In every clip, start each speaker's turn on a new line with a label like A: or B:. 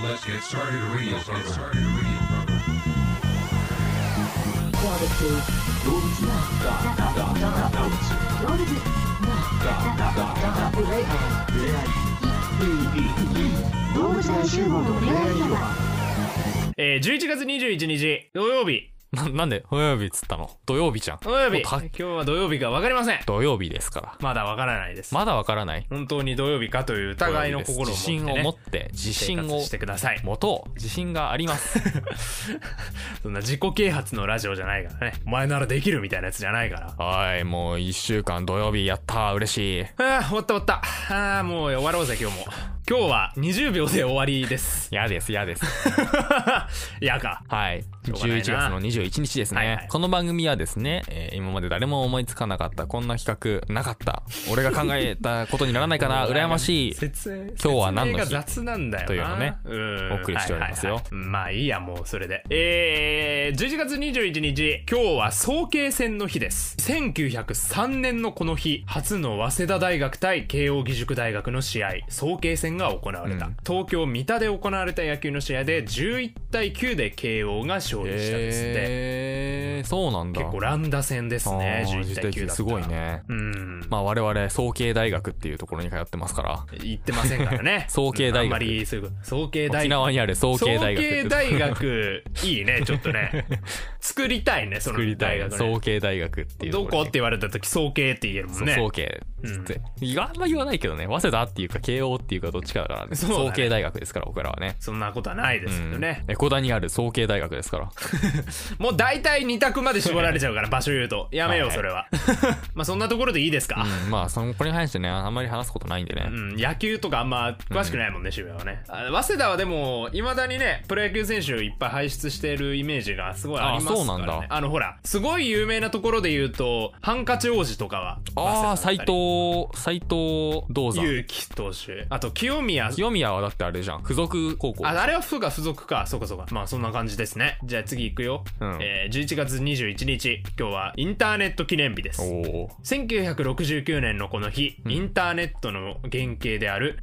A: Let's get started radio program. Let's get started radio program.
B: Barbecue. 動物触れ合い動物大集合の恋愛広場
C: えー、11月21日土曜日
D: ななんで土曜日っつったの土曜日じゃん
C: 土曜日
D: もう
C: 今
D: た
C: 日は土曜日か分かりません
D: 土曜日ですから
C: まだ分からないです、
D: まだわからない
C: 本当に土曜日かという疑いの心を持っ
D: 自
C: て、ね、
D: 信を持って自信
C: 生
D: を
C: 活してください
D: 持とう自信があります
C: そんな自己啓発のラジオじゃないからねお前ならできるみたいなやつじゃないから
D: はいもう1週間土曜日やった嬉しい
C: ああ終わった終わったああもう終わろうぜ今日も今日は20秒で終わりです
D: 嫌です嫌です
C: やか
D: はい
C: ょうがないな
D: 11月の21日ですね、
C: はいはい
D: この番組はですね、えー今まで誰も思いつかなかったこんな企画なかった俺が考えたことにならないか な羨ましい
C: 説明
D: 今日は何の日
C: 説明が雑なんだよな
D: というのをね
C: うん
D: お送りしておりますよ
C: はいはいはいまあいいやもうそれでえー、11月21日今日は早慶戦の日です1903年のこの日初の早稲田大学対慶應義塾大学の試合早慶戦が行われた、
D: うん
C: 東京三田で行われた野球の試合で11対9で慶応が勝利したんですって、
D: えー、そうなんだ
C: 結構乱打戦ですね
D: あー
C: 11対9だったら
D: すごいね
C: うん
D: まあ我々早慶大学っていうところに通ってますから
C: 言ってませんからね
D: 早慶
C: うんあ
D: 大学
C: んまりそういうこと早慶大
D: 沖縄にある早
C: 早
D: 慶大学
C: 慶大学いいねちょっと ね作りたいねその
D: 作りた
C: 大
D: い
C: 学
D: 早
C: ね
D: 慶 大学っていうと
C: どこ
D: ろ
C: っ
D: に
C: て言われた時早慶って言えるもんね
D: そう早慶っつって、いやあんま言わないけどね早稲田っていうか慶応っていうかどっちかだからね
C: そうだね
D: 早慶大学ですから僕らはね
C: そんなことはないですけどね、
D: うん江古田にある早慶大学ですから
C: もう大体2択まで絞られちゃうから場所言うとやめよう
D: はい
C: それはまあそんなところでいいですか、
D: うんまあそのこれに関してねあんまり話すことないんでね、
C: うん、野球とかあんま詳しくないもんね、渋谷はね。あ早稲田はでも、いまだにね、プロ野球選手いっぱい輩出してるイメージがすごいありますから、ね。
D: あそうなんだ
C: あの、ほら、すごい有名なところで言うと、ハンカチ王子とかは。
D: あ
C: 早
D: あ斎
C: 稲田だったり
D: 藤斎藤銅山
C: 勇気投手。あと、清宮。
D: 清宮はだってあれじゃん付属高校
C: あ、あれは府が付属か。そうかそうか。まあ、そんな感じですね。じゃあ次行くよ。
D: うん
C: えー、11月21日。今日はインターネット記念日です。
D: おお
C: 1969年のこの日、インターネットの原型である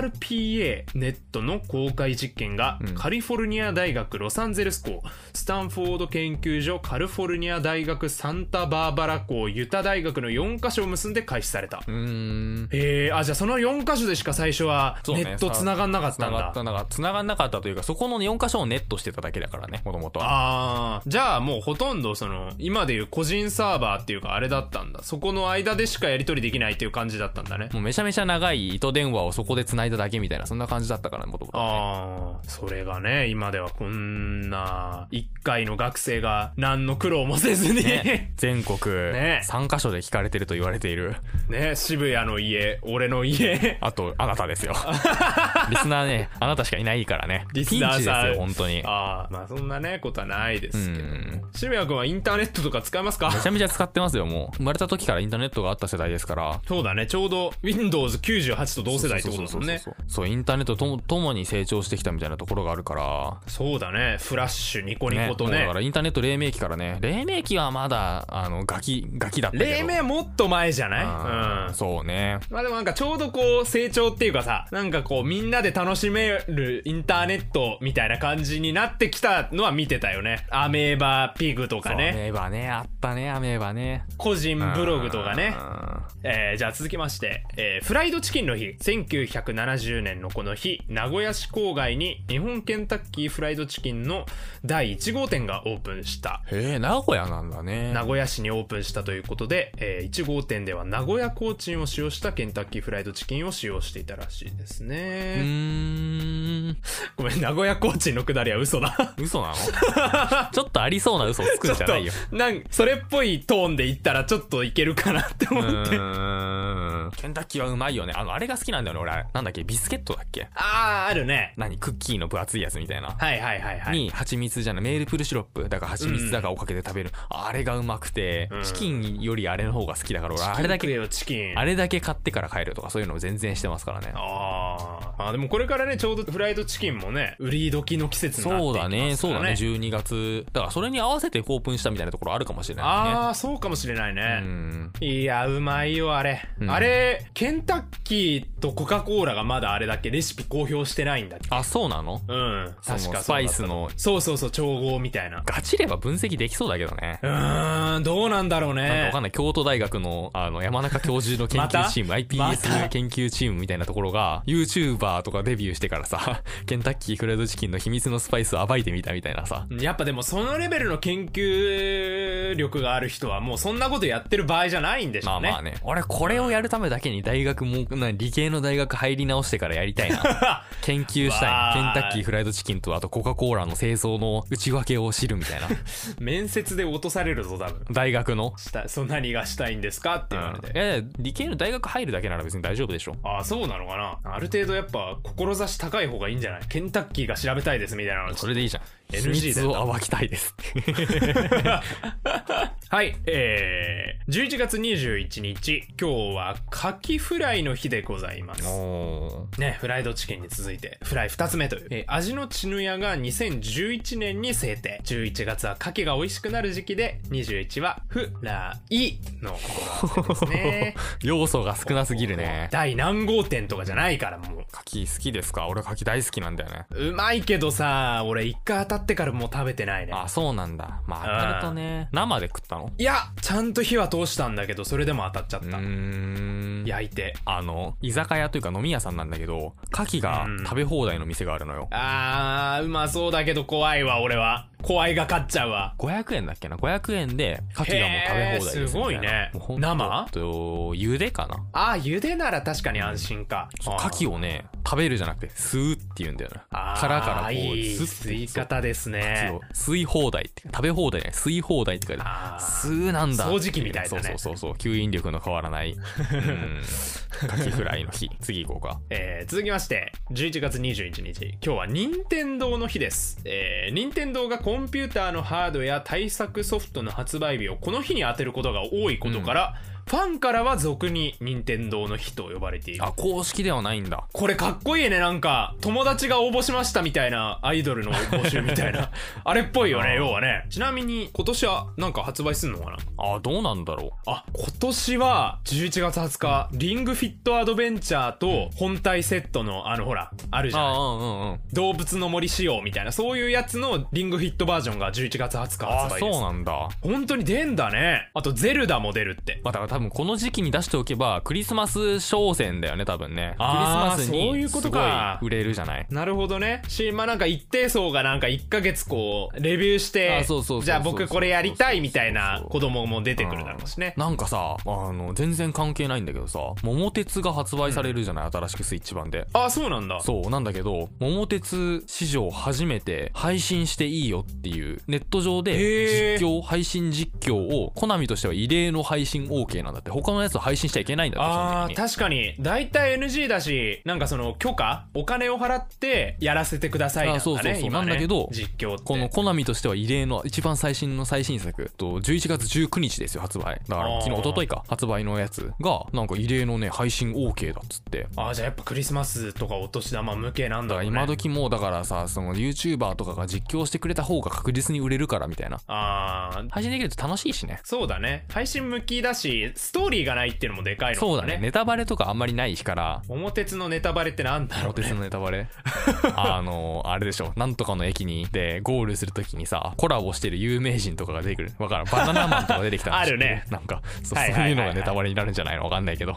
C: ARPA ネットの公開実験が、
D: ん
C: カリフォルニア大学ロサンゼルス校スタンフォード研究所カリフォルニア大学サンタバーバラ校ユタ大学の4カ所を結んで開始された、
D: うーん
C: えー、あじゃあその4カ所でしか最初は
D: そう
C: ネ
D: ね
C: ット繋がんなかっ
D: つ
C: た
D: なん
C: だ
D: がったなかつながんなかったというかそこの4箇所をネットしてただけだからねもともとは
C: ああじゃあもうほとんどその今でいう個人サーバーっていうかあれだったんだそこの間でしかやり取りできないっていう感じだったんだね
D: もうめちゃめちゃ長い糸電話をそこで繋いだだけみたいなそんな感じだったからもと もと
C: ああ、それがね、今ではこんな、一回の学生が何の苦労もせずに、 ね
D: 全国
C: ね
D: 3カ所で聞かれてると言われている
C: 渋谷の家、俺の家、
D: あとあな たですよリスナーねあなたしかいないからね
C: リスナーさん。
D: ピンチですよ本当に
C: ああ、まあそんなね、ことはないで
D: う
C: すけど。
D: ん
C: 渋谷君はインターネットとか使えます か
D: めちゃめちゃ使ってますよもう生まれた時からインターネットがあった世代ですから
C: そうだね、ちょうど Windows98 と同世代ってことだもんね
D: そ。うそうそうそうそうインターネットともともに成長してきたみたいなところがあるから
C: そうだね、フラッシュ、ニコニコと
D: もうだ
C: ね
D: か。らインターネット黎明期からね黎明期はまだあのガキガキだったけど
C: 黎明もっと前じゃない
D: あー
C: うん。
D: そうね
C: まあでもなんかちょうどこう成長っていうかさ、なんかこうみんなで楽しめるインターネットみたいな感じになってきたのは見てたよね。アメーバピグとか
D: ア
C: ね、
D: メーバねあったねアメーバね
C: 個人ブログとかね。
D: あ
C: えー、じゃあ続きまして、えー、フライドチキンの日、1970年のこの日、名古屋市郊外に日本ケンタッキーフライドチキンの第1号店がオープンした。
D: ーへえ名古屋なんだね
C: 名古屋市にオープンしたということで、え1号店では名古屋コーチンを使用したケンタッキーフライドチキンを使用していたらしいですね。
D: うーん
C: ごめん、名古屋コーチンのくだりは嘘だ。
D: 嘘な のちょっとありそうな嘘をつくんじゃないよ
C: ちょっとなんそれっぽいトーンで言ったらちょっといけるかなって
D: う
C: 思って。
D: ーんケンタッキーはうまいよねあのあれが好きなんだよね俺なんだっけビスケットだっけ
C: あー、あるね。
D: 何クッキーの分厚いやつみたいな
C: はいはいはいはい。
D: に蜂蜜じゃないメールプルシロップだから蜂蜜だからをかけて食べる、あれがうまくて、
C: ん
D: チキンよりあれの方が好きだから俺あれ
C: チキン
D: だ
C: 食え
D: け
C: よ、チキン。
D: あれだけ買ってから帰るとかそういうのを全然してますからね
C: あーあ。でもこれからね、ちょうどフライドチキンもね、売り時の季節になってい
D: そ
C: うきますか
D: だ
C: らね。
D: ねそうだね12月だからそれに合わせてオープンしたみたいなところあるかもしれないね
C: ああ、そうかもしれないね。
D: うん
C: いや、うまいよ、あれ。
D: うん
C: あれれ、ケンタッキーとコカ・コーラがまだあれだっけレシピ公表してないんだっけ
D: あそうなの
C: うん。確か
D: そ
C: そうだった
D: スパイスの
C: そうそうそう、調合みたいな。
D: ガチれば分析できそうだけどね
C: うーん、どうなんだろう
D: なんかわ
C: ね
D: か。んない京都大学のあの山中教授の研究チーム、
C: また
D: iPS 研究チームみたいなところが YouTuber とかデビューしてからさ ケンタッキーフライドチキンの秘密のスパイスを暴いてみたみたいなさ
C: やっぱでもそのレベルの研究力がある人はもうそんなことやってる場合じゃないんでし
D: ま
C: ょ
D: あ
C: うね。
D: まあね俺これをやるためだけに大学もな理系の大学入り直してからやりた いな研究したい
C: わ
D: な
C: ー
D: ケンタッキーフライドチキンとあとコカ・コーラの製造の内訳を知るみ たいな
C: 面接で落とされるぞ、多分。
D: 大学の
C: したそんな何がしたいんですかって言われ
D: うん
C: て。
D: いやいや理系の大学入るだけなら別に大丈夫でしょ
C: ああ、そうなのかなある程度やっぱ、志高い方がいいんじゃないケンタッキーが調べたいですみたいなの。
D: それでいいじゃん
C: NG
D: 秘密を暴きたいです
C: はい、えー、11月21日、今日はカキフライの日でございます。
D: お
C: ね、フライドチキンに続いて、フライ2つ目という。えー味のチヌヤが2011年に制定。11月は牡蠣が美味しくなる時期で、21はフライの語呂合わせですね。
D: 要素が少なすぎるね
C: 第何号店とかじゃないからもう。
D: 柿好きですか俺柿大好きなんだよね
C: うまいけどさ、俺一回当たってからもう食べてないね。
D: あそうなんだまあ
C: うん
D: 当たるとね生で食ったの
C: いや、ちゃんと火は通したんだけど、それでも当たっちゃっ
D: う
C: た。
D: ーん
C: 焼いて。
D: あの居酒屋というか飲み屋さんなんだけど牡蠣が
C: うん
D: 食べ放題の店があるのよ
C: あー、うまそうだけど怖いわ、俺は。怖いが勝っちゃうわ。
D: 500円だっけな500円で牡蠣がもう食べ放題ですみたな
C: へーすごいね
D: もうほんと
C: 生
D: えっと茹でかな
C: あー、茹でなら確かに安心か。
D: 牡
C: を
D: 蠣をね食べるじゃなくて吸うって言うんだよな殻からこう
C: いい
D: 吸って
C: 吸い方です
D: そ
C: ね
D: う。吸い放題って食べ放題ね吸い放題って書いてある
C: あー
D: 吸うなんだ
C: 掃除機みたいだね
D: そうそうそうそう吸引力の変わらないうんカキフライの日 次行こうか
C: えー続きまして11月21日今日は任天堂の日ですえー任天堂がコンピューターのハードや対策ソフトの発売日をこの日に当てることが多いことから、ファンからは俗に任天堂の日と呼ばれている
D: あ公式ではないんだ
C: これかっこいいねなんか友達が応募しましたみたいなアイドルの募集みたい なあれっぽいよね要はねちなみに今年はなんか発売すんのかな
D: あどうなんだろ
C: あ、今年は11月20日、リングフィットアドベンチャーと本体セットの、あの、ほら、ある
D: う
C: じゃ
D: あ
C: ない。
D: うんうんうん
C: 動物の森仕様みたいな、そういうやつのリングフィットバージョンが11月20日
D: あ
C: 発売
D: そ
C: で
D: う
C: す。
D: なんだ
C: 本当に出んだね。あと、ゼルダも出るって。
D: まあ、だから多分この時期に出しておけばクリスマス商戦だよね多分ねクリス
C: あー
D: マス
C: そうい
D: に
C: うこ
D: す
C: と
D: ごい
C: か
D: 売れるじゃない
C: なるほどね。し、まあ、なんか一定層がなんか1ヶ月こう、レビューして
D: あそうそうそうそう、
C: じゃあ僕これやりたいみたいな子供も出てくるだろうしね。
D: なんかさあの全然関係ないんだけどさ桃鉄が発売されるじゃない、新しくスイッチ版で
C: あ、そうなんだ。
D: そうなんだけど「桃鉄」史上初めて配信していいよっていうネット上
C: へ
D: で
C: ー
D: 実況配信実況をコナミとしては異例の配信 OK なんだって他のやつを配信しちゃいけないんだって
C: あ
D: 基
C: ー
D: 本
C: 確かに大体 NG だしなんかその許可お金を払ってやらせてくださいなん
D: あそう
C: か
D: そうそう
C: ね今ね
D: なんだけど
C: 実況って
D: このコナミとしては異例の一番最新の最新作と11月19日ですよ発売だか
C: あ
D: ら
C: ー
D: 昨日一昨日か発売のやつがなんか異例のね配信 OK だっつって
C: あーじゃあやっぱクリスマスとかお年玉向けなんだ
D: だか
C: ろ
D: ら
C: う、ね、
D: 今時もうだからさその YouTuber とかが実況してくれた方が確実に売れるからみたいな
C: あー
D: 配信できると楽しいしね
C: そうだね配信向きだしストーリーがないっていうのもでかいのかも
D: そうだね。ネタバレとかあんまりないから、
C: 桃鉄のネタバレってなんだろ
D: モ
C: うね
D: テスのネタ バレあの、あれでしょ。なんとかの駅に、で、ゴールするときにさ、コラボしてる有名人とかが出てくる。わからん。バナナマンとか出てきたの
C: あるね
D: 知ってなんかそう、
C: はいはいはいはい
D: そういうのがネタバレになるんじゃないのわかんないけど。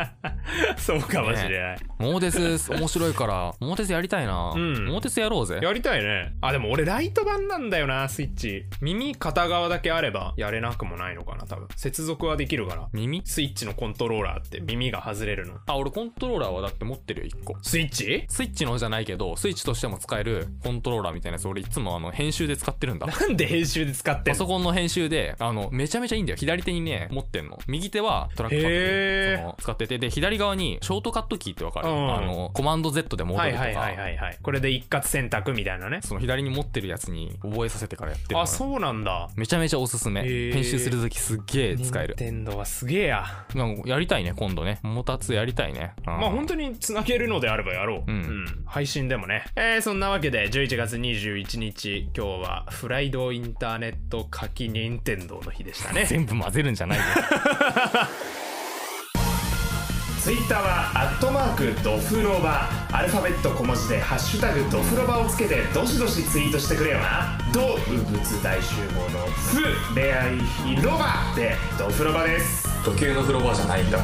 C: そうかもしれない、
D: モーテス面白いから、モーテスやりたいな。
C: ん
D: モーテスやろうぜ。
C: やりたいねあでも俺ライト版なんだよなスイッチ耳片側だけあればやれなくもないのかな多分接続はできるから
D: 耳
C: スイッチのコントローラーって耳が外れるの
D: あ、俺コントローラーはだって持ってるよ、1個。
C: スイッチ
D: スイッチのじゃないけど、スイッチとしても使えるコントローラーみたいなやつ、俺いつもあの、編集で使ってるんだ。
C: なんで編集で使ってん
D: パ
C: の
D: ソコンの編集で、あの、めちゃめちゃいいんだよ。左手にね、持ってんの。右手はトラックパッド
C: へ
D: で
C: ー
D: その使ってて、で、左側にショートカットキーってわかる、
C: うん
D: あの、コマンド Z で戻
C: は
D: る
C: い
D: とか、
C: はいはいはいはいこれで一括選択みたいなね
D: その左に持ってるやつに覚えさせてからやってるのよ
C: あそうなんだ
D: めちゃめちゃおすすめ。
C: へー
D: 編集するときすっげえ使える。
C: 任天堂はすげえや
D: なんかやりたいね、今度ね。もたつやりたいね。ま
C: まあ本当につなげるのであればやろう、
D: うん
C: 配信でもねえー、そんなわけで11月21日今日はフライドインターネット書き任天堂の日でしたね
D: 全部混ぜるんじゃないよ。
C: ツイッターはアットマークドフロバアルファベット小文字でハッシュタグドフロバをつけてどしどしツイートしてくれよな動物大集合のフ恋愛広場でドフロバです
D: 時計の風呂場じゃないんだ